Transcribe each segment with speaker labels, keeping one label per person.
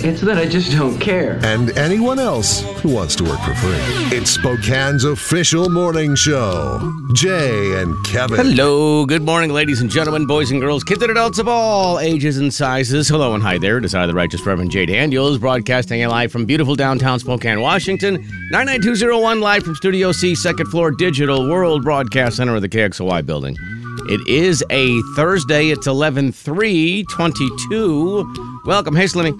Speaker 1: It's that I just don't care.
Speaker 2: and anyone else who wants to work for free. It's Spokane's official morning show. Jay and Kevin.
Speaker 3: Hello, good morning, ladies and gentlemen, boys and girls, kids and adults of all ages and sizes. Hello and hi there. It is I, the Righteous Reverend Jay Daniels, broadcasting live from beautiful downtown Spokane, Washington. 99201, live from Studio C, second floor, Digital World Broadcast Center of the KXOY building. It is a Thursday. It's 11 22 Welcome. Hey, Slimmy.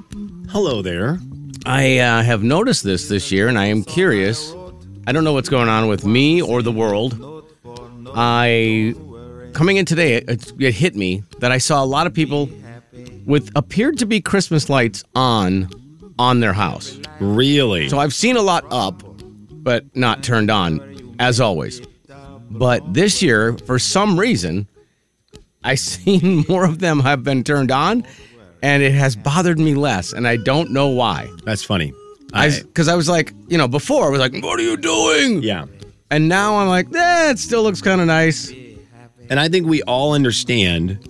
Speaker 4: Hello there.
Speaker 3: I uh, have noticed this this year, and I am curious. I don't know what's going on with me or the world. I coming in today, it, it hit me that I saw a lot of people with appeared to be Christmas lights on on their house.
Speaker 4: Really?
Speaker 3: So I've seen a lot up, but not turned on, as always. But this year, for some reason, I seen more of them have been turned on, and it has bothered me less, and I don't know why.
Speaker 4: That's funny.
Speaker 3: I because I, was like, you know, before I was like, what are you doing?
Speaker 4: yeah.
Speaker 3: And now I'm like, eh, it still looks kind of nice.
Speaker 4: And I think we all understand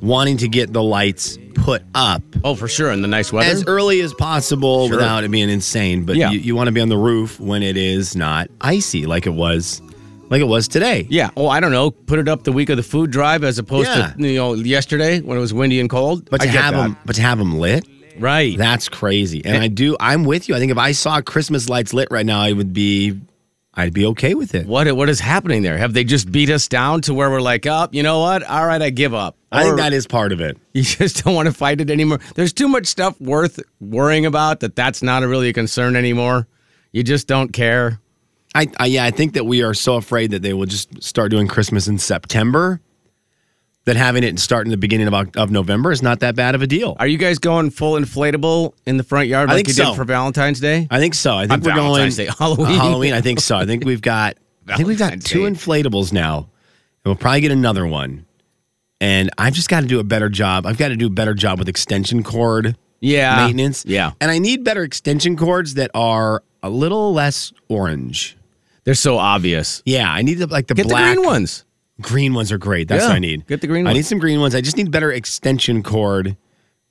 Speaker 4: wanting to get the lights put up
Speaker 3: Oh, for sure, in the nice weather.
Speaker 4: as early as possible without it being insane. But
Speaker 3: Yeah.
Speaker 4: you, you want to be on the roof when it is not icy like it was like it was today.
Speaker 3: yeah. Oh, I don't know. Put it up the week of the food drive as opposed to
Speaker 4: Yeah.
Speaker 3: you know yesterday when it was windy and cold.
Speaker 4: But
Speaker 3: I
Speaker 4: to
Speaker 3: get
Speaker 4: have
Speaker 3: that.
Speaker 4: them but to have them lit,
Speaker 3: right.
Speaker 4: that's crazy. And
Speaker 3: And-
Speaker 4: I do I'm with you. I think if I saw Christmas lights lit right now, I would be I'd be okay with it.
Speaker 3: what what is happening there? Have they just beat us down to where we're like, up? you know what? All right, I give up.
Speaker 4: I
Speaker 3: Or
Speaker 4: think that is part of it.
Speaker 3: you just don't want to fight it anymore. There's too much stuff worth worrying about that that's not really a concern anymore. You just don't care.
Speaker 4: I, I yeah, I think that we are so afraid that they will just start doing Christmas in September that having it start in the beginning of, Oc- of November is not that bad of a deal.
Speaker 3: Are you guys going full inflatable in the front yard
Speaker 4: I
Speaker 3: like
Speaker 4: think
Speaker 3: you
Speaker 4: so. Uh,
Speaker 3: did for Valentine's Day?
Speaker 4: I think so. I
Speaker 3: On
Speaker 4: think we're going
Speaker 3: Valentine's Day, Halloween.
Speaker 4: Uh, Halloween. I think so. I think we've got. I think we've got
Speaker 3: Valentine's
Speaker 4: two
Speaker 3: Day.
Speaker 4: inflatables now, and we'll probably get another one. And I've just got to do a better job. I've got to do a better job with extension cord
Speaker 3: Yeah.
Speaker 4: maintenance.
Speaker 3: Ah, Yeah.
Speaker 4: and I need better extension cords that are a little less orange.
Speaker 3: They're so obvious.
Speaker 4: Yeah, I need the, like the
Speaker 3: Get
Speaker 4: black
Speaker 3: the green ones.
Speaker 4: Green ones are great. That's
Speaker 3: Yeah,
Speaker 4: what I need.
Speaker 3: get the green
Speaker 4: I
Speaker 3: ones.
Speaker 4: need some green ones. I just need better extension cord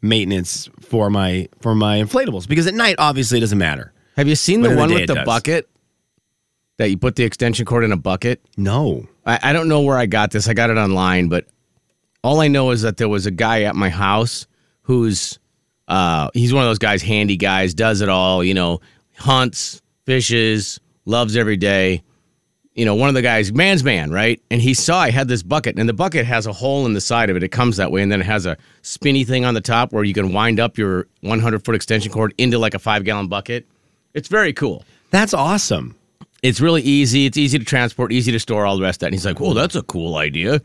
Speaker 4: maintenance for my for my inflatables because at night obviously it doesn't matter.
Speaker 3: Have you seen the
Speaker 4: But in the
Speaker 3: one
Speaker 4: day
Speaker 3: with
Speaker 4: it
Speaker 3: the
Speaker 4: does.
Speaker 3: bucket that you put the extension cord in a bucket?
Speaker 4: No.
Speaker 3: I, I don't know where I got this. I got it online, but all I know is that there was a guy at my house who's uh he's one of those guys, handy guys, does it all, you know, hunts, fishes, loves every day. You know, one of the guys, man's man, right? And he saw I had this bucket, and the bucket has a hole in the side of it. It comes that way, and then it has a spinny thing on the top where you can wind up your 100 foot extension cord into like a five gallon bucket. It's very cool
Speaker 4: That's awesome.
Speaker 3: it's really easy. It's easy to transport, easy to store, all the rest of that. And he's like, "Whoa, that's a cool idea."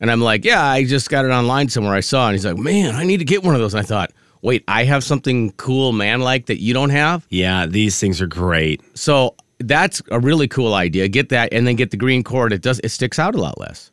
Speaker 3: And I'm like, "Yeah, I just got it online somewhere. I saw." it." And he's like, "Man, I need to get one of those." And I thought, "Wait, I have something cool, man, like that you don't have."
Speaker 4: Yeah, these things are great.
Speaker 3: So that's a really cool idea. Get that, and then get the green cord. It does. It sticks out a lot less.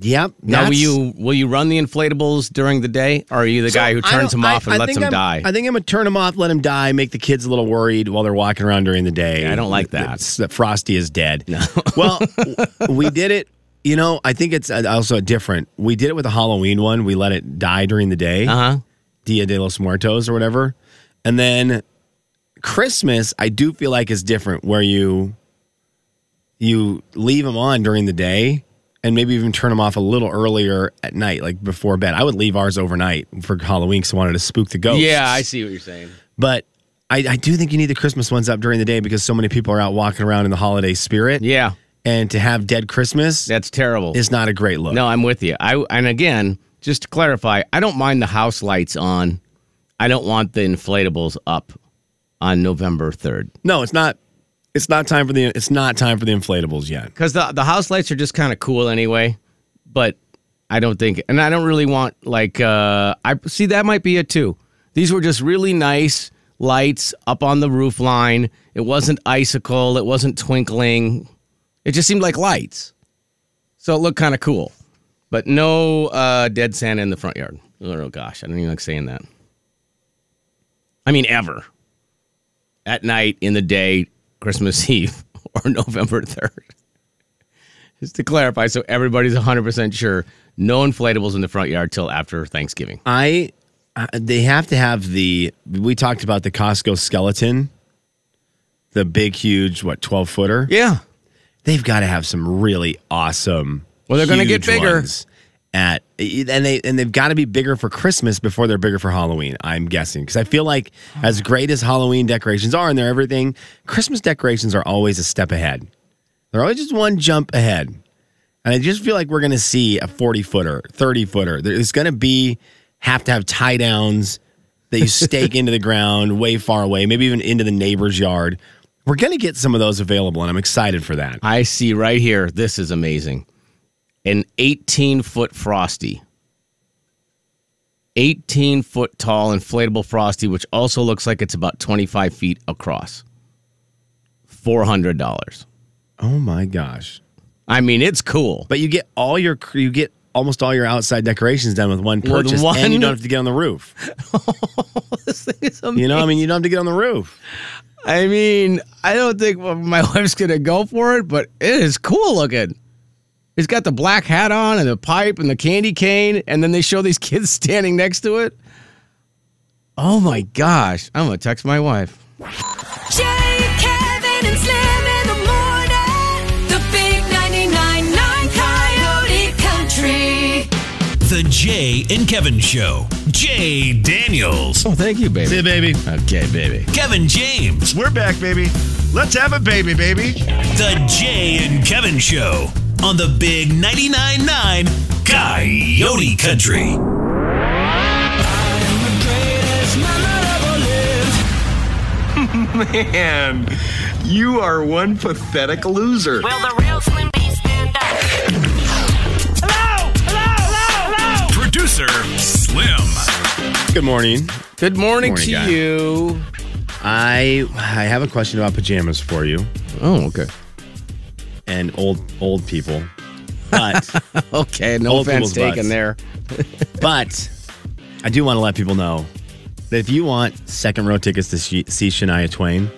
Speaker 4: Yep.
Speaker 3: Now, will
Speaker 4: that's-
Speaker 3: you will you run the inflatables during the day, or are you the
Speaker 4: So
Speaker 3: guy who
Speaker 4: I
Speaker 3: turns
Speaker 4: don't-
Speaker 3: them
Speaker 4: I-
Speaker 3: off and
Speaker 4: I
Speaker 3: lets
Speaker 4: think
Speaker 3: them
Speaker 4: I'm-
Speaker 3: die?
Speaker 4: I think I'm gonna turn them off, let them die, make the kids a little worried while they're walking around during the day.
Speaker 3: Yeah, I don't like that.
Speaker 4: It's- That Frosty is dead. well, w- we did it. You know, I think it's uh, also different. We did it with the Halloween one. We let it die during the day.
Speaker 3: uh huh.
Speaker 4: Dia de los Muertos or whatever. And then Christmas, I do feel like is different where you you leave them on during the day and maybe even turn them off a little earlier at night, like before bed. I would leave ours overnight for Halloween because I wanted to spook the ghosts.
Speaker 3: Yeah, I see what you're saying.
Speaker 4: But I, I do think you need the Christmas ones up during the day because so many people are out walking around in the holiday spirit.
Speaker 3: Yeah,
Speaker 4: And to have dead Christmas
Speaker 3: that's terrible.
Speaker 4: is not a great look.
Speaker 3: No, I'm with you. I and again, just to clarify, I don't mind the house lights on. I don't want the inflatables up on November 3rd.
Speaker 4: No, it's not. It's not time for the it's not time for the inflatables yet.
Speaker 3: because the the house lights are just kind of cool anyway. But I don't think, and I don't really want like uh I see that might be it too. These were just really nice lights up on the roof line. It wasn't icicle. It wasn't twinkling. It just seemed like lights. So it looked kind of cool, but no uh, dead Santa in the front yard. Oh gosh, I don't even like saying that. I mean, ever at night, in the day, Christmas Eve, or November 3rd. Just to clarify, so everybody's 100% sure no inflatables in the front yard till after Thanksgiving.
Speaker 4: I uh, they have to have the we talked about the Costco skeleton, the big huge what twelve footer.
Speaker 3: Yeah.
Speaker 4: They've got to have some really awesome.
Speaker 3: Well, they're gonna get
Speaker 4: huge
Speaker 3: bigger.
Speaker 4: ones At and they and they've got to be bigger for Christmas before they're bigger for Halloween. I'm guessing because I feel like as great as Halloween decorations are and they're everything, Christmas decorations are always a step ahead. They're always just one jump ahead. And I just feel like we're going to see a 40 footer, 30 footer. There's going to be, have to have tie downs that you stake into the ground way far away, maybe even into the neighbor's yard. We're going to get some of those available, and I'm excited for that.
Speaker 3: I see right here. This is amazing. An 18 foot frosty. 18 foot tall inflatable frosty, which also looks like it's about 25 feet across. $400.
Speaker 4: Oh my gosh.
Speaker 3: I mean, it's cool.
Speaker 4: But you get all your, you get almost all your outside decorations done with one purchase,
Speaker 3: one-
Speaker 4: and you don't have to get on the roof.
Speaker 3: this thing is amazing.
Speaker 4: You know, I mean, you don't have to get on the roof.
Speaker 3: I mean, I don't think my wife's gonna go for it, but it is cool looking. He's got the black hat on and the pipe and the candy cane, and then they show these kids standing next to it. Oh my gosh! I'm gonna text my wife.
Speaker 5: Jay, Kevin, and Slim in the morning. The big 99.9 Coyote Country.
Speaker 6: The Jay and Kevin Show. Jay Daniels.
Speaker 3: Oh, thank you, baby.
Speaker 7: Hey, baby.
Speaker 3: Okay, baby.
Speaker 6: Kevin James.
Speaker 7: We're back, baby. Let's have a baby, baby.
Speaker 6: The Jay and Kevin Show on the Big 99.9 9 Coyote Country.
Speaker 7: Man, you are one pathetic loser.
Speaker 8: Will the real Slim B stand up?
Speaker 6: Producer Slim.
Speaker 4: Good morning.
Speaker 3: Good morning,
Speaker 4: Morning,
Speaker 3: to
Speaker 4: guy.
Speaker 3: you.
Speaker 4: I I have a question about pajamas for you.
Speaker 3: Oh, okay.
Speaker 4: and old old people. But
Speaker 3: Okay, no
Speaker 4: Old people's
Speaker 3: offense taken
Speaker 4: butts.
Speaker 3: there.
Speaker 4: but I do want to let people know that if you want second row tickets to see see Shania Twain,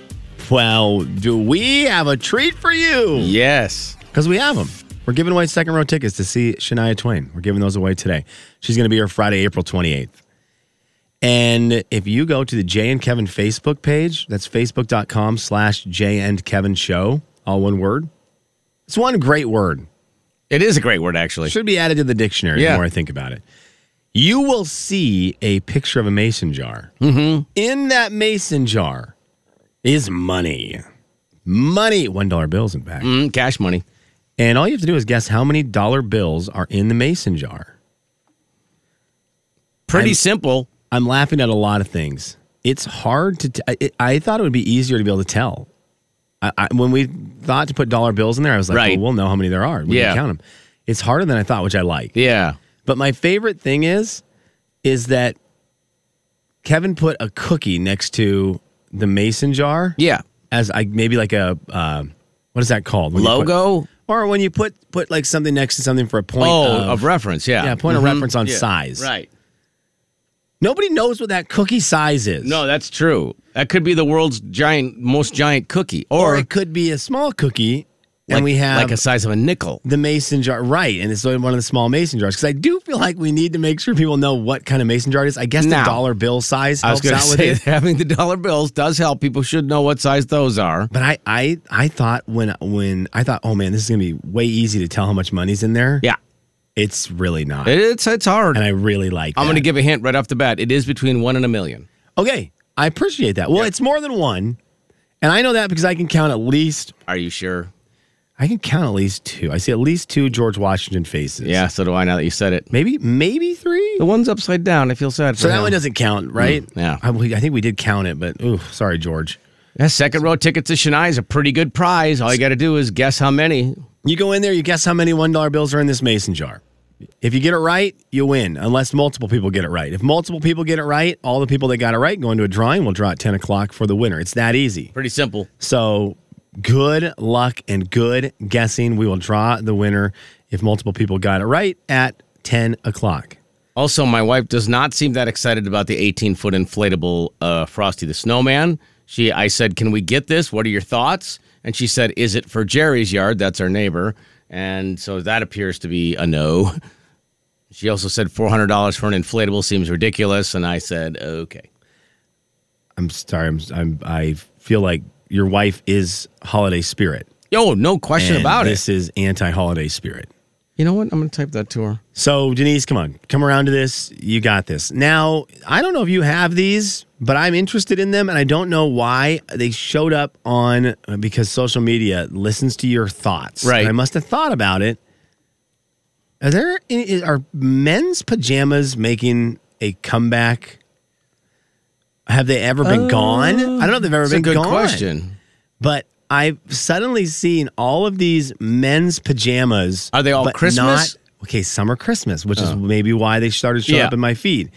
Speaker 4: well, do we have a treat for you?
Speaker 3: Yes.
Speaker 4: Because we have them. We're giving away second row tickets to see Shania Twain. We're giving those away today. She's going to be here Friday, April 28th. And if you go to the Jay and Kevin Facebook page, that's facebook.com slash Jay and Kevin Show, all one word. It's one great word.
Speaker 3: It is a great word, actually.
Speaker 4: Should be added to the dictionary
Speaker 3: Yeah.
Speaker 4: the more I think about it. You will see a picture of a mason jar. Mm-hmm. In that mason jar is money. Money, $1 bills, in fact.
Speaker 3: Mm, cash money.
Speaker 4: And all you have to do is guess how many dollar bills are in the mason jar.
Speaker 3: Pretty
Speaker 4: I'm-
Speaker 3: simple.
Speaker 4: I'm laughing at a lot of things. It's hard to. T- I, it- I thought it would be easier to be able to tell. I, I, when we thought to put dollar bills in there, I was like,
Speaker 3: Right.
Speaker 4: well, we'll know how many there are. We
Speaker 3: Yeah.
Speaker 4: can count them. It's harder than I thought, which I like.
Speaker 3: Yeah.
Speaker 4: But my favorite thing is, is that Kevin put a cookie next to the mason jar
Speaker 3: Yeah.
Speaker 4: as I maybe like a uh, what is that called When you put-
Speaker 3: Logo.
Speaker 4: or when you put put like something next to something for a point. uh,
Speaker 3: Oh,
Speaker 4: of,
Speaker 3: of reference. Yeah.
Speaker 4: yeah, point
Speaker 3: Mhm.
Speaker 4: of reference on
Speaker 3: Yeah.
Speaker 4: size.
Speaker 3: Right.
Speaker 4: Nobody knows what that cookie size is.
Speaker 3: No, that's true. That could be the world's giant, most giant cookie, or,
Speaker 4: or it could be a small cookie,
Speaker 3: like-
Speaker 4: and we have
Speaker 3: like a size of a nickel.
Speaker 4: the mason jar right, and it's one of the small mason jars because I do feel like we need to make sure people know what kind of mason jar it is. I guess
Speaker 3: Now,
Speaker 4: the dollar bill size helps
Speaker 3: gonna
Speaker 4: out with it.
Speaker 3: having the dollar bills does help. People should know what size those are.
Speaker 4: But I, I, I thought when when I thought, oh man, this is gonna be way easy to tell how much money's in there.
Speaker 3: Yeah,
Speaker 4: it's really not,
Speaker 3: It- it's it's hard.
Speaker 4: and I really like.
Speaker 3: I'm going to
Speaker 4: that.
Speaker 3: give a hint right off the bat. It is between one and a million.
Speaker 4: Okay, I appreciate that. Well, it's more than one, and I know that because I can count at least.
Speaker 3: Are you sure?
Speaker 4: I can count at least two. I see at least two George Washington faces.
Speaker 3: Yeah. So do I. Now that you said it,
Speaker 4: maybe maybe three. Mm,
Speaker 3: the one's upside down. I feel sad.
Speaker 4: So
Speaker 3: for
Speaker 4: that
Speaker 3: him.
Speaker 4: one doesn't count, right?
Speaker 3: yeah.
Speaker 4: I, we- I think we did count it, but ooh, sorry, George.
Speaker 3: That second row ticket to Chennai is a pretty good prize. All you got to do is guess how many.
Speaker 4: You go in there, you guess how many $1 bills are in this mason jar. If you get it right, you win, unless multiple people get it right. If multiple people get it right, all the people that got it right go into a drawing. We'll draw at 10 o'clock for the winner. It's that easy.
Speaker 3: Pretty simple.
Speaker 4: So good luck and good guessing. We will draw the winner if multiple people got it right at 10 o'clock.
Speaker 3: Also, my wife does not seem that excited about the 18 foot inflatable uh, Frosty the Snowman. She, I said, "Can we get this? What are your thoughts?" And she said, "Is it for Jerry's yard? That's our neighbor." And so that appears to be a no. She also said four hundred dollars for an inflatable seems ridiculous, and I said, "Okay."
Speaker 4: I'm sorry. I'm, I'm, I feel like your wife is holiday spirit.
Speaker 3: Yo, no question
Speaker 4: And
Speaker 3: about
Speaker 4: This is anti holiday spirit.
Speaker 3: it. You know what? I'm gonna type that to her.
Speaker 4: So, Denise, come on, come around to this. You got this. Now, I don't know if you have these, but I'm interested in them, and I don't know why they showed up on uh, because social media listens to your thoughts.
Speaker 3: Right.
Speaker 4: I must have thought about it. Are there any- are men's pajamas making a comeback? Have they ever been gone? I don't know if they've ever
Speaker 3: That's a
Speaker 4: been
Speaker 3: good
Speaker 4: gone
Speaker 3: question.
Speaker 4: but I've suddenly seen all of these men's pajamas.
Speaker 3: Are they all
Speaker 4: but
Speaker 3: Christmas? Oh.
Speaker 4: Not, okay, some are Christmas, which is maybe why they started showing
Speaker 3: Yeah.
Speaker 4: up in my feed.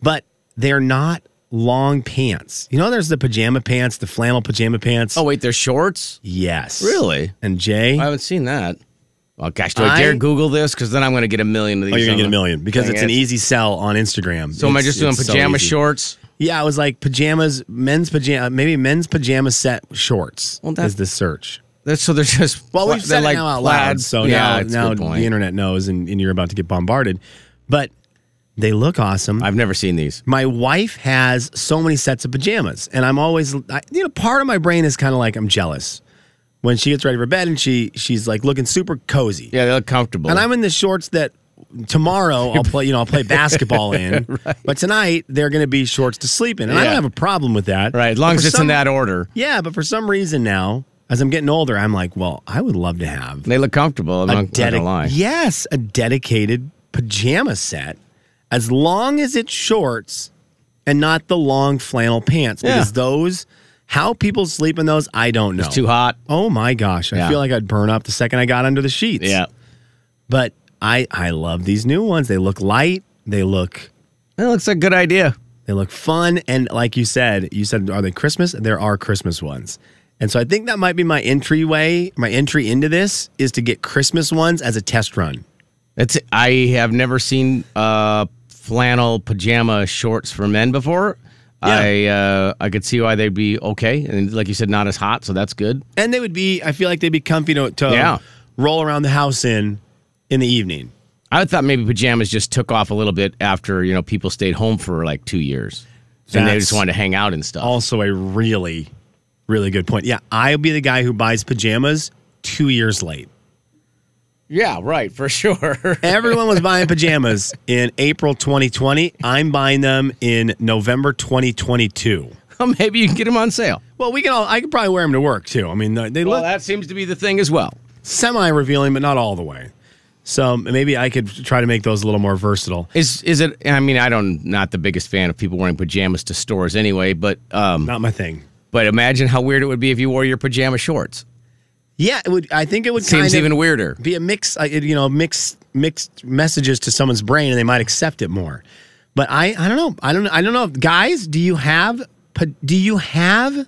Speaker 4: But they're not long pants. You know, there's the pajama pants, the flannel pajama pants.
Speaker 3: Oh wait, they're shorts.
Speaker 4: yes,
Speaker 3: Really?
Speaker 4: And Jay,
Speaker 3: I haven't seen that. Oh gosh, do I,
Speaker 4: I-
Speaker 3: dare Google this? Because then I'm gonna get a million of these.
Speaker 4: oh, you're gonna
Speaker 3: on
Speaker 4: get a
Speaker 3: the-
Speaker 4: million because
Speaker 3: Dang
Speaker 4: it's an
Speaker 3: it.
Speaker 4: easy sell on Instagram.
Speaker 3: So am I
Speaker 4: It's-
Speaker 3: just doing
Speaker 4: it's so
Speaker 3: pajama
Speaker 4: easy.
Speaker 3: shorts?
Speaker 4: Yeah, I was like pajamas, men's pajama, maybe men's pajama set shorts.
Speaker 3: Well,
Speaker 4: Well,
Speaker 3: that-
Speaker 4: is the search.
Speaker 3: That's so they're just
Speaker 4: Well,
Speaker 3: pla-
Speaker 4: we've
Speaker 3: they're
Speaker 4: said it now out
Speaker 3: plaid.
Speaker 4: loud, so
Speaker 3: yeah, it's a
Speaker 4: now,
Speaker 3: good
Speaker 4: now
Speaker 3: point.
Speaker 4: the internet knows, and, and you're about to get bombarded. But they look awesome.
Speaker 3: I've never seen these.
Speaker 4: my wife has so many sets of pajamas, and I'm always, I, you know, part of my brain is kind of like I'm jealous when she gets ready for bed and she she's like looking super cozy,
Speaker 3: Yeah, they look comfortable.
Speaker 4: and I'm in the shorts that tomorrow I'll play, you know, I'll play basketball in, but tonight they're going to be shorts to sleep in, and I
Speaker 3: Yeah.
Speaker 4: don't have a problem with that,
Speaker 3: right, as long
Speaker 4: But
Speaker 3: as
Speaker 4: for
Speaker 3: it's in
Speaker 4: some-
Speaker 3: that order.
Speaker 4: Yeah, but for some reason now, as I'm getting older, I'm like, well, I would love to have
Speaker 3: They look comfortable. I'm
Speaker 4: a
Speaker 3: not, not
Speaker 4: dedi-
Speaker 3: gonna lie.
Speaker 4: Yes, a dedicated pajama set, as long as it's shorts and not the long flannel pants.
Speaker 3: Yeah.
Speaker 4: Because those, how people sleep in those, I don't know.
Speaker 3: It's too hot.
Speaker 4: Oh my gosh, I
Speaker 3: Yeah.
Speaker 4: feel like I'd burn up the second I got under the sheets.
Speaker 3: Yeah,
Speaker 4: but I I love these new ones. They look light. They look
Speaker 3: that looks like a good idea.
Speaker 4: they look fun. And like you said, you said, are they Christmas? There are Christmas ones. And so I think that might be my entryway, my entry into this is to get Christmas ones as a test run.
Speaker 3: That's I have never seen uh, flannel pajama shorts for men before. I uh, I could see why they'd be okay, and like you said, not as hot, so that's good.
Speaker 4: And they would be, I feel like they'd be comfy to, to
Speaker 3: Yeah.
Speaker 4: roll around the house in in the evening.
Speaker 3: I thought maybe pajamas just took off a little bit after you know people stayed home for like two years, and they
Speaker 4: That's
Speaker 3: just wanted to hang out and stuff.
Speaker 4: Also a really, really good point. Yeah, I'll be the guy who buys pajamas two years late.
Speaker 3: yeah, right, for sure.
Speaker 4: Everyone was buying pajamas in April 2020. I'm buying them in November 2022.
Speaker 3: maybe you can get them on sale.
Speaker 4: Well, we can all. I could probably wear them to work too. I mean, they they
Speaker 3: Well,
Speaker 4: look
Speaker 3: that seems to be the thing as well.
Speaker 4: semi-revealing, but not all the way. So maybe I could try to make those a little more versatile.
Speaker 3: Is is it? I mean, I don't not the biggest fan of people wearing pajamas to stores anyway, but um,
Speaker 4: Not my thing.
Speaker 3: but imagine how weird it would be if you wore your pajama shorts.
Speaker 4: Yeah, it would. I think it would
Speaker 3: Seems
Speaker 4: kind of
Speaker 3: even weirder.
Speaker 4: be a mix. uh, You know, mixed mixed messages to someone's brain, and they might accept it more. But I, I don't know. I don't. I don't know. Guys, do you have pa- do you have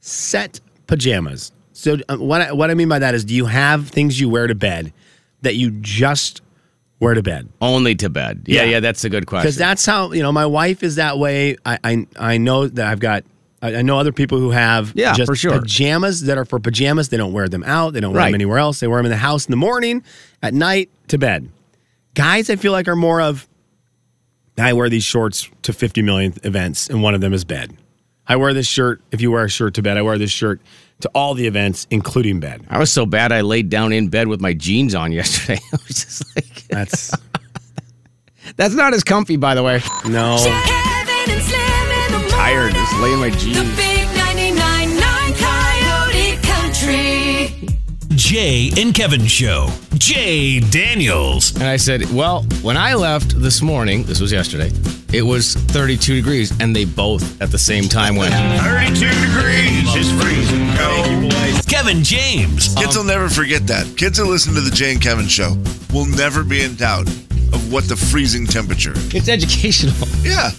Speaker 4: set pajamas? So uh, what I, what I mean by that is, do you have things you wear to bed that you just wear to bed?
Speaker 3: Only to bed. Yeah, yeah,
Speaker 4: Yeah.
Speaker 3: that's a good question.
Speaker 4: because that's how you know my wife is that way. I I, I know that I've got. I I know other people who have
Speaker 3: Yeah,
Speaker 4: just
Speaker 3: for sure.
Speaker 4: pajamas that are for pajamas. They don't wear them out. They don't wear
Speaker 3: Right.
Speaker 4: them anywhere else. They wear them in the house in the morning, at night, to bed. Guys, I feel like are more of. I wear these shorts to 50 million events, and one of them is bed. I wear this shirt. If you wear a shirt to bed, I wear this shirt to all the events, including bed.
Speaker 3: I was so bad I laid down in bed with my jeans on yesterday. I was just like,
Speaker 4: That's
Speaker 3: that's not as comfy, by the way.
Speaker 4: no.
Speaker 5: Kevin and Slim in the
Speaker 3: Tired,
Speaker 5: morning.
Speaker 3: just laying my
Speaker 5: The
Speaker 3: jeans.
Speaker 5: big 99.9 Coyote Country.
Speaker 6: Jay and Kevin Show. Jay Daniels.
Speaker 3: And I said, well, when I left this morning, this was yesterday. It was 32 degrees, and they both at the same time went.
Speaker 9: 32 degrees is freezing cold.
Speaker 6: Kevin James.
Speaker 9: Kids will never forget that. Kids that listen to the Jay and Kevin show will never be in doubt of what the freezing temperature is.
Speaker 3: It's educational.
Speaker 9: Yeah.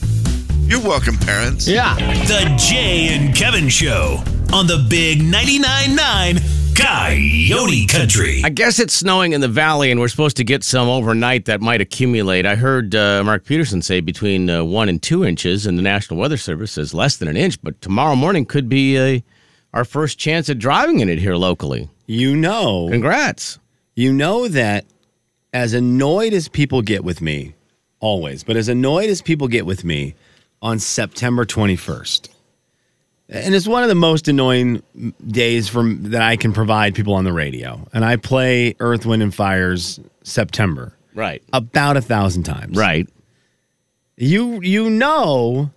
Speaker 9: You're welcome, parents.
Speaker 3: Yeah.
Speaker 6: The Jay and Kevin Show on the Big 99.9 9 Coyote Country.
Speaker 3: I guess it's snowing in the valley, and we're supposed to get some overnight that might accumulate. I heard uh, Mark Peterson say between uh, one and two inches, and the National Weather Service says less than an inch. But tomorrow morning could be uh, our first chance at driving in it here locally.
Speaker 4: You know.
Speaker 3: Congrats.
Speaker 4: You know that as annoyed as people get with me, always, but as annoyed as people get with me on September 21st, and it's one of the most annoying days from that I can provide people on the radio. And I play Earth, Wind, and Fire's September
Speaker 3: Right.
Speaker 4: about a thousand times.
Speaker 3: Right.
Speaker 4: You you know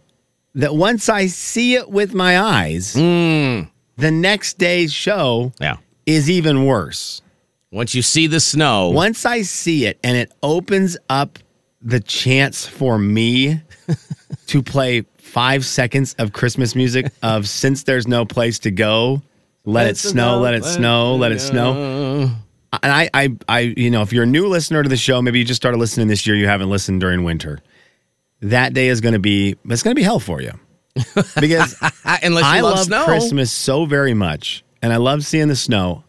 Speaker 4: that once I see it with my eyes, the next day's show
Speaker 3: Yeah.
Speaker 4: is even worse.
Speaker 3: Once you see the snow,
Speaker 4: Once I see it and it opens up the chance for me to play five seconds of Christmas music of Since There's No Place to Go, Let, it Snow, Let It Snow, Let It Snow. And I, I, I, you know, if you're a new listener to the show, maybe you just started listening this year, you haven't listened during winter. That day is going to be, it's going to be hell for you. Because
Speaker 3: I, unless you
Speaker 4: I
Speaker 3: love,
Speaker 4: love
Speaker 3: snow,
Speaker 4: Christmas so very much, and I love seeing the snow.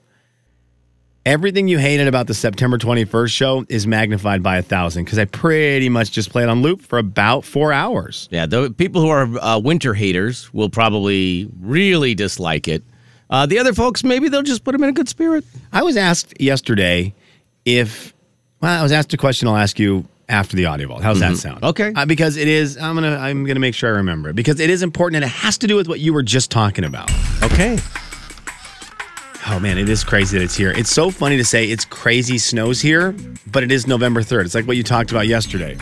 Speaker 4: Everything you hated about the September 21st show is magnified by a thousand because I pretty much just played on loop for about four hours.
Speaker 3: Yeah, the people who are uh, winter haters will probably really dislike it. Uh, the other folks, maybe they'll just put them in a good spirit.
Speaker 4: I was asked yesterday if, well, I was asked a question. I'll ask you after the audio vault. How's that sound?
Speaker 3: Mm-hmm. Okay.
Speaker 4: Uh, because it is. I'm gonna. I'm gonna make sure I remember it because it is important and it has to do with what you were just talking about.
Speaker 3: Okay.
Speaker 4: Oh man, it is crazy that it's here. It's so funny to say it's crazy snows here, but it is November 3rd. It's like what you talked about yesterday.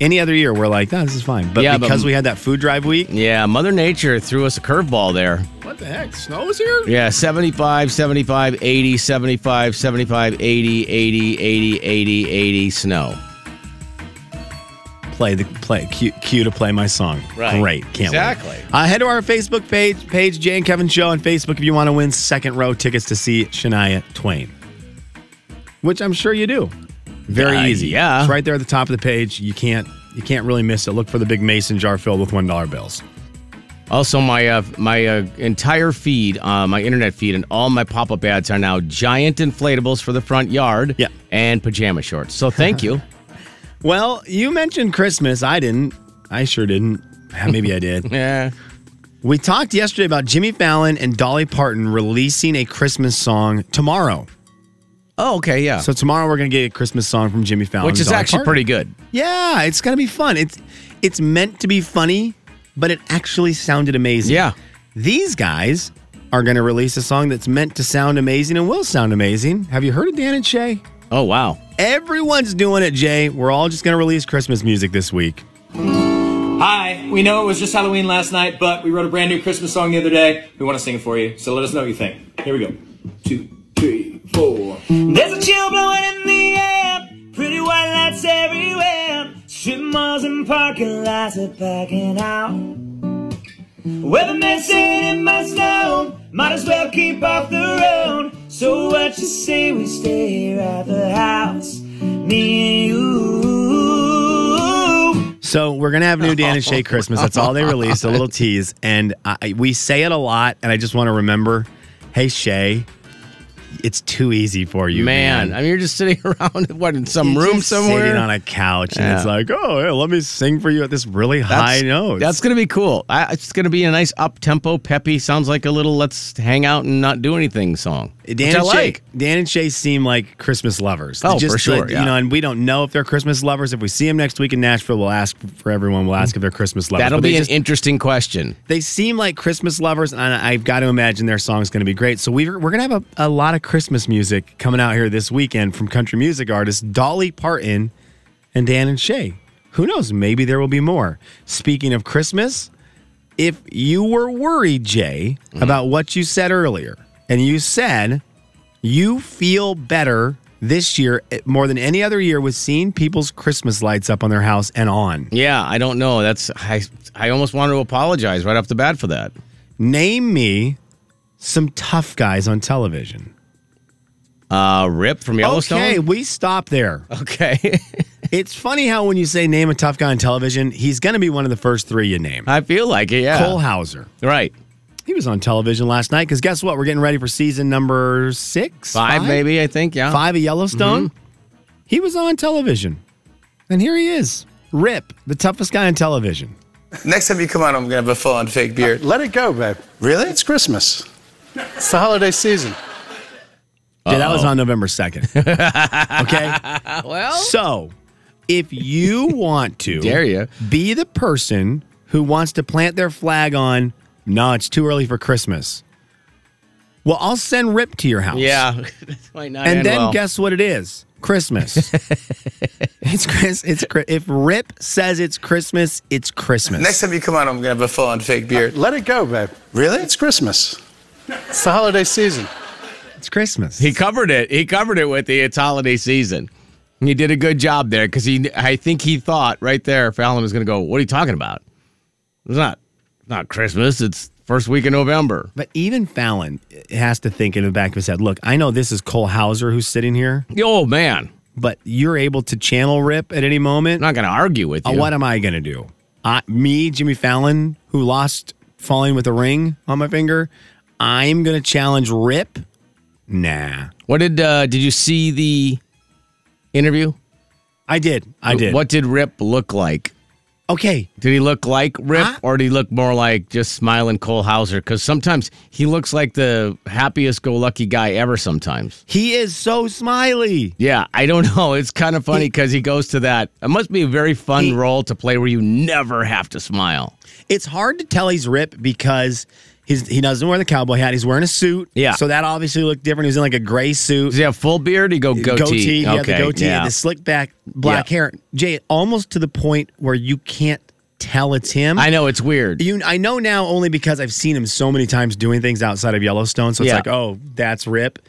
Speaker 4: Any other year, we're like, no, this is fine. But
Speaker 3: Yeah, but-
Speaker 4: because we had that food drive week,
Speaker 3: Yeah, Mother Nature threw us a curveball there.
Speaker 4: what the heck? Snow's here?
Speaker 3: Yeah, 75, 75, 80, 75, 75, 80, 80, 80, 80, 80, snow.
Speaker 4: Play the play. Cue, cue to play my song.
Speaker 3: Right.
Speaker 4: Great. Can't wait.
Speaker 3: Exactly.
Speaker 4: Uh, head to our Facebook page, page Jay and Kevin Show on Facebook if you want to win second row tickets to see Shania Twain. Which I'm sure you do. Very
Speaker 3: Uh,
Speaker 4: easy.
Speaker 3: yeah.
Speaker 4: It's right there at the top of the page. You can't you can't really miss it. Look for the big mason jar filled with one dollar bills.
Speaker 3: Also, my uh, my uh, entire feed, uh, my internet feed, and all my pop up ads are now giant inflatables for the front yard
Speaker 4: Yeah.
Speaker 3: and pajama shorts. So thank you.
Speaker 4: Well, you mentioned Christmas. I didn't. I sure didn't. Ah, Maybe I did.
Speaker 3: yeah.
Speaker 4: We talked yesterday about Jimmy Fallon and Dolly Parton releasing a Christmas song tomorrow.
Speaker 3: Oh, okay. Yeah.
Speaker 4: So tomorrow we're gonna get a Christmas song from Jimmy Fallon,
Speaker 3: Which
Speaker 4: and
Speaker 3: is
Speaker 4: Dolly
Speaker 3: actually
Speaker 4: Parton.
Speaker 3: pretty good.
Speaker 4: Yeah, it's gonna be fun. It's it's meant to be funny, but it actually sounded amazing.
Speaker 3: Yeah.
Speaker 4: These guys are gonna release a song that's meant to sound amazing and will sound amazing. Have you heard of Dan and Shay?
Speaker 3: Oh, wow.
Speaker 4: Everyone's doing it, Jay. We're all just gonna release Christmas music this week.
Speaker 10: Hi, we know it was just Halloween last night, but we wrote a brand new Christmas song the other day. We want to sing it for you, so let us know what you think. Here we go. Two, three, four. There's a chill blowing in the air, pretty white lights everywhere. Strip malls and parking lots are packing out. Weatherman said it must snow, might as well keep off the road. So what you say we stay here at the house, me and you.
Speaker 4: So we're gonna have new Dan and
Speaker 3: Oh,
Speaker 4: Shay Christmas. That's all they released, a little tease, and I, we say it a lot. And I just want to remember, hey Shay, it's too easy for you,
Speaker 3: man,
Speaker 4: man.
Speaker 3: I mean, you're just sitting around what in some
Speaker 4: You're
Speaker 3: room
Speaker 4: just
Speaker 3: somewhere.
Speaker 4: sitting on a couch, and it's
Speaker 3: Yeah.
Speaker 4: like, oh, yeah, let me sing for you at this really high note.
Speaker 3: That's gonna be cool. I, it's gonna be a nice up tempo, peppy. Sounds like a little "Let's hang out and not do anything" song.
Speaker 4: Dan
Speaker 3: which I
Speaker 4: and Shay,
Speaker 3: like.
Speaker 4: Dan and Shay seem like Christmas lovers.
Speaker 3: Oh,
Speaker 4: They
Speaker 3: for sure,
Speaker 4: like,
Speaker 3: yeah.
Speaker 4: You know, and we don't know if they're Christmas lovers. If we see them next week in Nashville, we'll ask for everyone. We'll ask if they're Christmas lovers.
Speaker 3: Mm. That'll
Speaker 4: But they
Speaker 3: be an
Speaker 4: just-
Speaker 3: interesting question.
Speaker 4: they seem like Christmas lovers, and I- I've got to imagine their song's going to be great. So we're, we're going to have a, a lot of Christmas music coming out here this weekend from country music artists Dolly Parton and Dan and Shay. Who knows? Maybe there will be more. Speaking of Christmas, if you were worried, Jay, about what you said earlier, and you said you feel better this year eh, more than any other year was seeing people's Christmas lights up on their house and on.
Speaker 3: Yeah, I don't know. That's I. I almost wanted to apologize right off the bat for that.
Speaker 4: Name me some tough guys on television.
Speaker 3: Uh, Rip from Yellowstone.
Speaker 4: Okay, we stop there.
Speaker 3: Okay.
Speaker 4: it's funny how when you say name a tough guy on television, he's going to be one of the first three you name.
Speaker 3: I feel like it. Yeah.
Speaker 4: Cole Hauser.
Speaker 3: Right.
Speaker 4: He was on television last night because guess what? We're getting ready for season number six,
Speaker 3: Five, maybe I think. Yeah. Mm-hmm.
Speaker 4: five of Yellowstone. He was on television, and here he is, Rip, the toughest guy on television.
Speaker 11: Next time you come on, I'm gonna have a full-on fake beard.
Speaker 12: Let it go, babe. Really? It's Christmas. It's the holiday season.
Speaker 4: Yeah, that was on November second. okay,
Speaker 3: well,
Speaker 4: so if you want to,
Speaker 3: Dare ya.
Speaker 4: be the person who wants to plant their flag on. No, it's too early for Christmas. Well, I'll send Rip to your house.
Speaker 3: Yeah. That might not
Speaker 4: and
Speaker 3: end
Speaker 4: then
Speaker 3: well.
Speaker 4: guess what it is? Christmas. it's Chris. It's Chri- if Rip says it's Christmas, it's Christmas.
Speaker 11: Next time you come on, I'm gonna have a full-on fake beard.
Speaker 12: Let it go, babe. Really? It's Christmas. It's the holiday season.
Speaker 4: it's Christmas.
Speaker 3: He covered it. He covered it with the it's holiday season. He did a good job there because he. I think he thought right there Fallon was going to go. What are you talking about? It's not. Not Christmas. It's first week of November.
Speaker 4: But even Fallon has to think in the back of his head. Look, I know this is Cole Hauser who's sitting here,
Speaker 3: Oh man,
Speaker 4: but you're able to channel Rip at any
Speaker 3: I'm
Speaker 4: moment.
Speaker 3: not going to argue with
Speaker 4: Uh,
Speaker 3: you.
Speaker 4: what am I gonna do? I, me, Jimmy Fallon, who lost falling with a ring on my finger, I'm gonna challenge Rip. Nah,
Speaker 3: What did uh, did you see the interview?
Speaker 4: I did. I did.
Speaker 3: What did Rip look like?
Speaker 4: Okay.
Speaker 3: Did he look like Rip,
Speaker 4: I-
Speaker 3: or did he look more like just smiling Cole Hauser? Because sometimes he looks like the happiest-go-lucky guy ever. Sometimes,
Speaker 4: He is so smiley.
Speaker 3: yeah, I don't know. It's kind of funny because he, goes to that. It must be a very fun role to play where you never have to smile.
Speaker 4: It's hard to tell he's Rip because he's he doesn't wear the cowboy hat. He's wearing a suit.
Speaker 3: Yeah.
Speaker 4: So that obviously looked different. He was in like a gray suit.
Speaker 3: Does he have full beard? Or he go goatee.
Speaker 4: He had the goatee
Speaker 3: yeah.
Speaker 4: and the slick back black
Speaker 3: Yeah.
Speaker 4: hair. Jay, almost to the point where you can't tell it's him.
Speaker 3: I know it's weird.
Speaker 4: You, I know now only because I've seen him so many times doing things outside of Yellowstone. So it's
Speaker 3: Yeah.
Speaker 4: like, oh, that's Rip.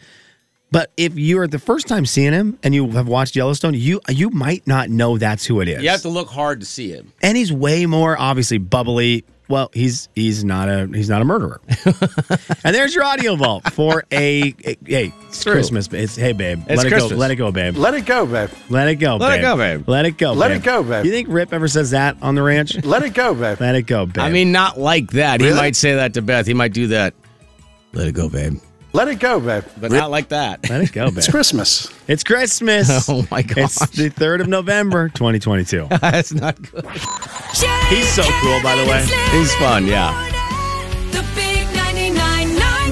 Speaker 4: But if you're the first time seeing him and you have watched Yellowstone, you you might not know that's who it is
Speaker 3: you have to look hard to see him.
Speaker 4: and he's way more obviously bubbly. Well, he's he's not a he's not a murderer. and there's your audio vault for a, a- hey it's
Speaker 3: true.
Speaker 4: Christmas. It's hey babe,
Speaker 3: It's
Speaker 4: let it
Speaker 3: Christmas.
Speaker 4: go, let it go, babe,
Speaker 12: Let it go, babe.
Speaker 4: let it go,
Speaker 3: Let it
Speaker 4: babe.
Speaker 3: go, babe.
Speaker 4: let it go,
Speaker 12: Let it go, babe.
Speaker 4: You think Rip ever says that on the ranch?
Speaker 12: Let it go, babe.
Speaker 4: let it go, babe.
Speaker 3: I mean, not like that. He
Speaker 12: Really?
Speaker 3: might say that to Beth. He might do that. Let it go, babe.
Speaker 12: Let it go, babe.
Speaker 3: But not like that.
Speaker 4: let it go, babe.
Speaker 12: It's Christmas.
Speaker 4: It's Christmas.
Speaker 3: Oh, my
Speaker 4: It's
Speaker 3: gosh.
Speaker 4: the third of November, 2022.
Speaker 3: That's not good.
Speaker 4: He's so cool, by the way.
Speaker 3: He's fun, yeah.
Speaker 5: The big 99.9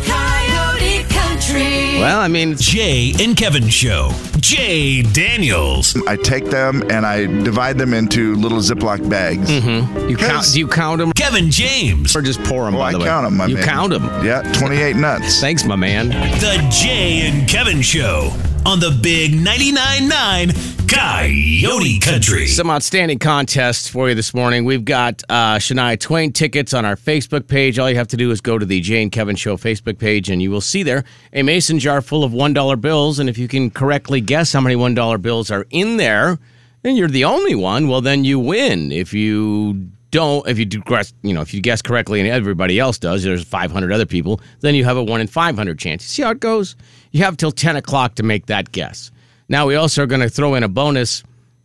Speaker 5: Coyote Country.
Speaker 3: Well, I mean,
Speaker 6: Jay and Kevin Show. Jay Daniels.
Speaker 9: I take them and I divide them into little Ziploc bags.
Speaker 3: Mm-hmm. you count? Do you count them
Speaker 6: Kevin James.
Speaker 3: or just pour them?
Speaker 9: Oh,
Speaker 3: by
Speaker 9: I
Speaker 3: the way,
Speaker 9: count them, my
Speaker 3: you
Speaker 9: man.
Speaker 3: count them.
Speaker 9: Yeah, 28 nuts.
Speaker 3: Thanks, my man.
Speaker 6: The Jay and Kevin Show on the Big 99.9 Coyote Country.
Speaker 3: Some outstanding contests for you this morning. We've got uh, Shania Twain tickets on our Facebook page. All you have to do is go to the Jay and Kevin Show Facebook page, and you will see there a mason jar full of one dollar bills. And if you can correctly guess how many one dollar bills are in there, and you're the only one, well, then you win. If you don't, if you do, guess- you know, if you guess correctly and everybody else does, there's 500 other people, then you have a one in 500 chance. You see how it goes? You have till 10 o'clock to make that guess. Now we also are going to throw in a bonus,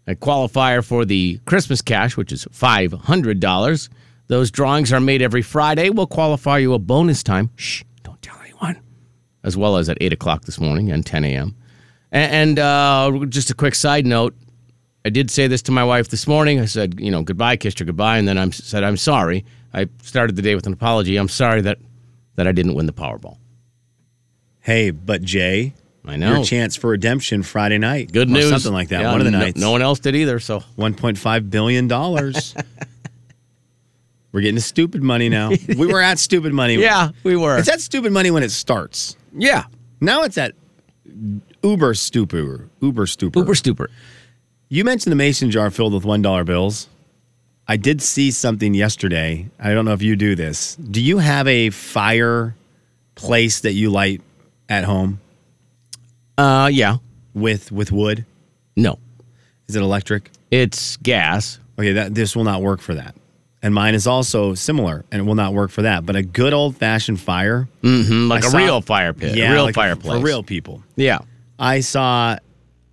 Speaker 3: a qualifier for the Christmas cash, which is $500. Those drawings are made every Friday. We'll qualify you a bonus time. Shh, don't tell anyone as well as at 8 o'clock this morning and 10 a.m. A- And, uh, just a quick side note I did say this to my wife this morning. I said, you know, goodbye, kissed her goodbye, and then I am said, I'm sorry. I started the day with an apology. I'm sorry that, that I didn't win the Powerball.
Speaker 4: Hey, but Jay,
Speaker 3: I know.
Speaker 4: your chance for redemption Friday night.
Speaker 3: Good
Speaker 4: or
Speaker 3: news.
Speaker 4: something like that.
Speaker 3: Yeah,
Speaker 4: One of the
Speaker 3: no-
Speaker 4: nights.
Speaker 3: No, one else did either. So,
Speaker 4: 1.5 billion dollars. we're getting to stupid money now. We were at stupid money.
Speaker 3: yeah, we were.
Speaker 4: It's at stupid money when it starts.
Speaker 3: yeah.
Speaker 4: Now it's at uber stupor. Uber stupor.
Speaker 3: Uber stupor.
Speaker 4: you mentioned the mason jar filled with $1 bills. I did see something yesterday. I don't know if you do this. Do you have a fireplace that you light at home?
Speaker 3: Uh, yeah.
Speaker 4: with with wood?
Speaker 3: No.
Speaker 4: Is it electric?
Speaker 3: It's gas.
Speaker 4: Okay, that this will not work for that. And mine is also similar and will not work for that. But a good old fashioned fire.
Speaker 3: Mm-hmm, like
Speaker 4: a
Speaker 3: a real fire pit, a real fireplace.
Speaker 4: For real people.
Speaker 3: Yeah.
Speaker 4: I saw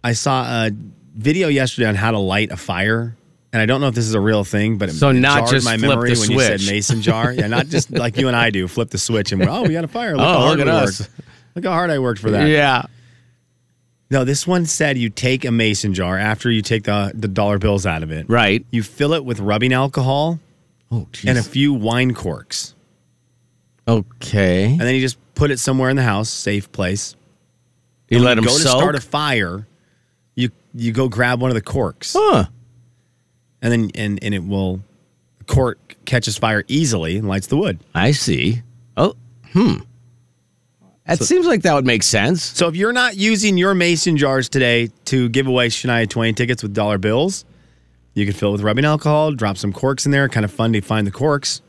Speaker 4: I saw a video yesterday on how to light a fire. And I don't know if this is a real thing, but it,
Speaker 3: So
Speaker 4: it
Speaker 3: not
Speaker 4: jarred
Speaker 3: just
Speaker 4: my
Speaker 3: flip
Speaker 4: memory
Speaker 3: the
Speaker 4: when you said
Speaker 3: switch.
Speaker 4: mason jar. Yeah, not just like you and I do, flip the switch and we're, oh, we got a fire. Look
Speaker 3: Oh,
Speaker 4: how hard
Speaker 3: look at
Speaker 4: we
Speaker 3: us.
Speaker 4: worked. Look how hard I worked for that.
Speaker 3: Yeah.
Speaker 4: No, this one said you take a mason jar after you take the, the dollar bills out of it.
Speaker 3: Right.
Speaker 4: You fill it with rubbing alcohol
Speaker 3: Oh,
Speaker 4: and a few wine corks.
Speaker 3: Okay.
Speaker 4: And then you just put it somewhere in the house, safe place.
Speaker 3: You
Speaker 4: And
Speaker 3: let
Speaker 4: when
Speaker 3: 'em
Speaker 4: go to start a
Speaker 3: soak?
Speaker 4: fire. You you go grab one of the corks.
Speaker 3: Huh.
Speaker 4: And then and and it will the cork catches fire easily and lights the wood.
Speaker 3: I see. Oh, hmm. That seems like that would make sense.
Speaker 4: So if you're not using your mason jars today to give away Shania Twain tickets with dollar bills, you can fill it with rubbing alcohol, drop some corks in there. Kind of fun to find the corks.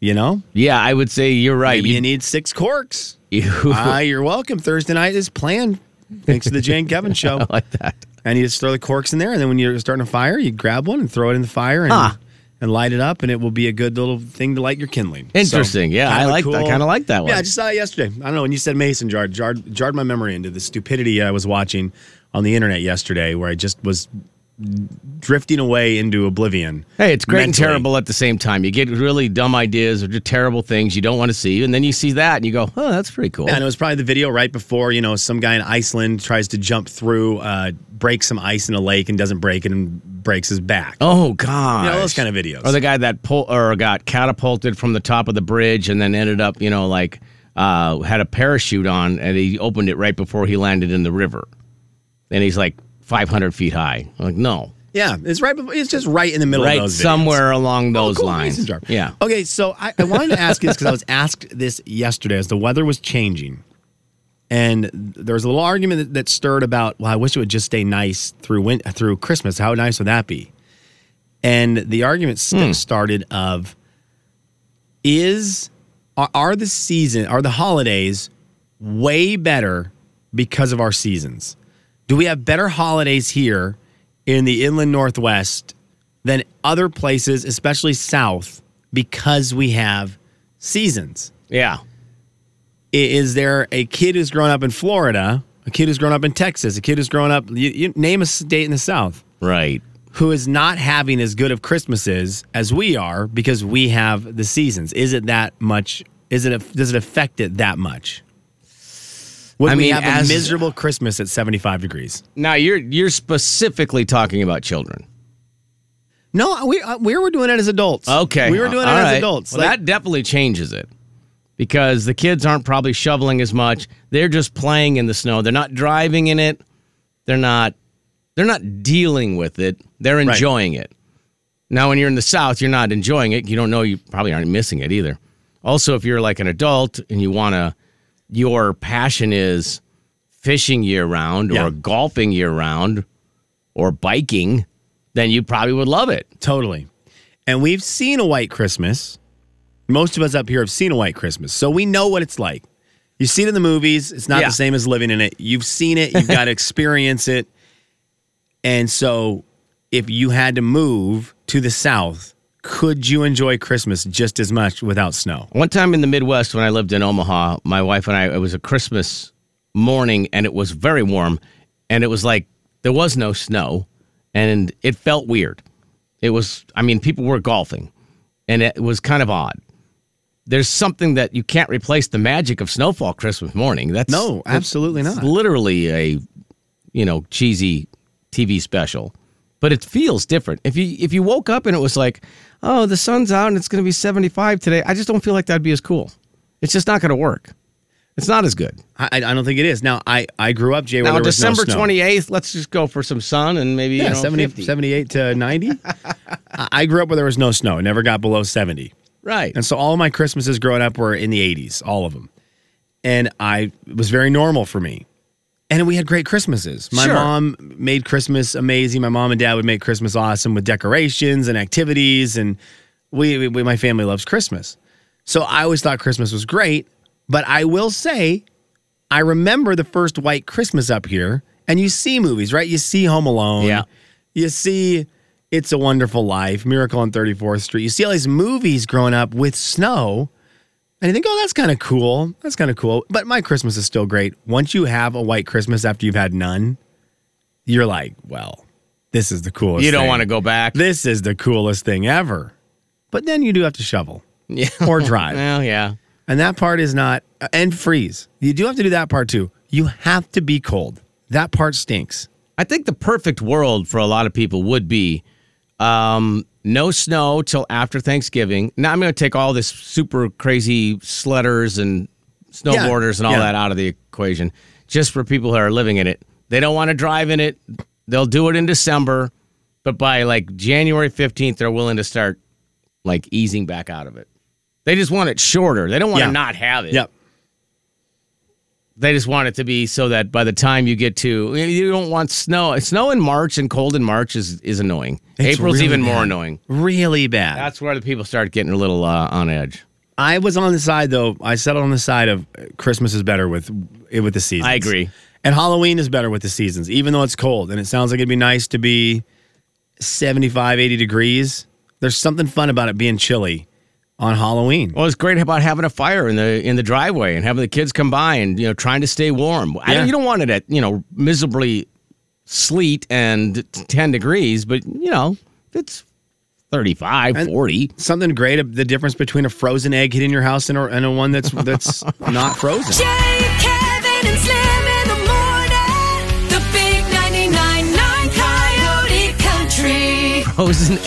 Speaker 4: You know,
Speaker 3: Yeah, I would say you're right.
Speaker 4: Maybe you need six corks.
Speaker 3: You-
Speaker 4: Ah, you're welcome. Thursday night is planned. Thanks to the Jane Kevin show. I
Speaker 3: like that.
Speaker 4: And you just throw the corks in there, and then when you're starting a fire, you grab one and throw it in the fire and,
Speaker 3: Huh.
Speaker 4: and light it up, and it will be a good little thing to light your kindling. So,
Speaker 3: Interesting. yeah, I
Speaker 4: kinda
Speaker 3: like that.
Speaker 4: cool.
Speaker 3: Kind of like that one.
Speaker 4: Yeah, I just saw it yesterday. I don't know when you said mason jar, jarred jarred my memory into the stupidity I was watching on the internet yesterday, where I just was drifting away into oblivion.
Speaker 3: Hey, it's great and
Speaker 4: Mentally.
Speaker 3: terrible at the same time. You get really dumb ideas or just terrible things you don't want to see, and then you see that and you go, "Oh, that's pretty cool."
Speaker 4: Yeah, and it was probably the video right before, you know, some guy in Iceland tries to jump through, uh, breaks some ice in a lake and doesn't break it and breaks his back.
Speaker 3: oh god,
Speaker 4: You know, those kind of videos.
Speaker 3: Or the guy that pull or got catapulted from the top of the bridge and then ended up, you know, like uh, had a parachute on and he opened it right before he landed in the river, and he's like 500 feet high. I'm like, no,
Speaker 4: yeah, it's right before, it's just right in the middle of
Speaker 3: right
Speaker 4: those videos.
Speaker 3: somewhere along those
Speaker 4: cool, mason
Speaker 3: lines.
Speaker 4: jar.
Speaker 3: Yeah.
Speaker 4: Okay, so I, I wanted to ask you this because I was asked this yesterday as the weather was changing. And there was a little argument that, that stirred about, well, I wish it would just stay nice through win- through Christmas. How nice would that be? And the argument st- started of, is are, are the season are the holidays way better because of our seasons? Do we have better holidays here in the inland northwest than other places, especially south, because we have seasons?
Speaker 3: Yeah.
Speaker 4: I- Is there a kid who's grown up in Florida, a kid who's grown up in Texas, a kid who's grown up, you, you name a state in the south,
Speaker 3: Right.
Speaker 4: who is not having as good of Christmases as we are because we have the seasons? Is it that much? Is it does it affect it that much? Would
Speaker 3: I
Speaker 4: we
Speaker 3: mean,
Speaker 4: have
Speaker 3: as-
Speaker 4: a miserable Christmas at seventy five degrees?
Speaker 3: Now you're you're specifically talking about children.
Speaker 4: No, we uh, we were doing it as adults.
Speaker 3: Okay.
Speaker 4: we were doing it
Speaker 3: All
Speaker 4: as
Speaker 3: right.
Speaker 4: adults.
Speaker 3: Well, that definitely changes it because the kids aren't probably shoveling as much. They're just playing in the snow. They're not driving in it. They're not they're not dealing with it. They're enjoying it. Now when you're in the south, you're not enjoying it. You don't know you probably aren't missing it either. Also, if you're like an adult and you want to your passion is fishing year round
Speaker 4: Yeah.
Speaker 3: or golfing year round or biking, then you probably would love it.
Speaker 4: Totally. And we've seen a white Christmas. Most of us up here have seen a white Christmas. So we know what it's like. You see it in the movies. It's not
Speaker 3: Yeah.
Speaker 4: the same as living in it. You've seen it. You've got to experience it. And so if you had to move to the South, could you enjoy Christmas just as much without snow?
Speaker 3: One time in the Midwest when I lived in Omaha, my wife and I, it was a Christmas morning and it was very warm and it was like there was no snow and it felt weird. It was, I mean, people were golfing and it was kind of odd. There's something that you can't replace the magic of snowfall Christmas morning. That's
Speaker 4: No,
Speaker 3: that's-
Speaker 4: absolutely
Speaker 3: it's
Speaker 4: not.
Speaker 3: literally a, you know, cheesy TV special, but it feels different. If you if you woke up and it was like, oh, the sun's out and it's going to be 75 today, I just don't feel like that'd be as cool. It's just not going to work. It's not as good.
Speaker 4: I, I don't think it is. Now, I, I grew up, Jay, where
Speaker 3: Now,
Speaker 4: there was no
Speaker 3: December
Speaker 4: snow.
Speaker 3: 28th, let's just go for some sun and maybe you
Speaker 4: yeah,
Speaker 3: know,
Speaker 4: 70,
Speaker 3: 50.
Speaker 4: 78 to 90. I I grew up where there was no snow. It never got below 70.
Speaker 3: Right.
Speaker 4: And so all my Christmases growing up were in the 80s, all of them. And I it was very normal for me. And we had great Christmases. My
Speaker 3: Sure.
Speaker 4: mom made Christmas amazing. My mom and dad would make Christmas awesome with decorations and activities. And we, we my family loves Christmas. So I always thought Christmas was great. But I will say, I remember the first white Christmas up here, And you see movies, right? You see Home Alone.
Speaker 3: Yeah.
Speaker 4: You see It's a Wonderful Life, Miracle on 34th Street. You see all these movies growing up with snow. And you think, oh, that's kind of cool. That's kind of cool. But my Christmas is still great. Once you have a white Christmas after you've had none, you're like, well, this is the coolest.
Speaker 3: You don't
Speaker 4: thing.
Speaker 3: want to go back.
Speaker 4: This is the coolest thing ever. But then you do have to shovel
Speaker 3: yeah.
Speaker 4: or drive.
Speaker 3: Well, yeah.
Speaker 4: And that part is not, uh, and freeze. You do have to do that part too. You have to be cold. That part stinks.
Speaker 3: I think the perfect world for a lot of people would be um, no snow till after Thanksgiving. Now I'm going to take all this super crazy sledders and snowboarders and all
Speaker 4: yeah.
Speaker 3: that out of the equation. Just for people who are living in it, they don't want to drive in it. They'll do it in December, but by like January 15th, they're willing to start like easing back out of it. They just want it shorter. They don't want
Speaker 4: Yeah.
Speaker 3: to not have it.
Speaker 4: Yep.
Speaker 3: They just want it to be so that by the time you get to, you don't want snow. Snow in March and cold in March is is annoying.
Speaker 4: It's
Speaker 3: April's
Speaker 4: really
Speaker 3: even more
Speaker 4: bad.
Speaker 3: annoying.
Speaker 4: Really bad.
Speaker 3: That's where the people start getting a little uh, on edge.
Speaker 4: I was on the side though. I settled on the side of uh, Christmas is better with it with the seasons.
Speaker 3: I agree.
Speaker 4: And Halloween is better with the seasons, even though it's cold. And it sounds like it'd be nice to be 75, 80 degrees. There's something fun about it being chilly on Halloween.
Speaker 3: Well, it's great about having a fire in the in the driveway and having the kids come by and you know trying to stay warm. I
Speaker 4: Yeah.
Speaker 3: don't you don't want it at you know miserably sleet and t- ten degrees, but you know if it's 35, 40.
Speaker 4: Something great of the difference between a frozen egg hitting your house and a, and a one that's that's not frozen.
Speaker 5: Jay, Kevin, and Slim in the morning. The big 99.9 Coyote Country.
Speaker 3: Frozen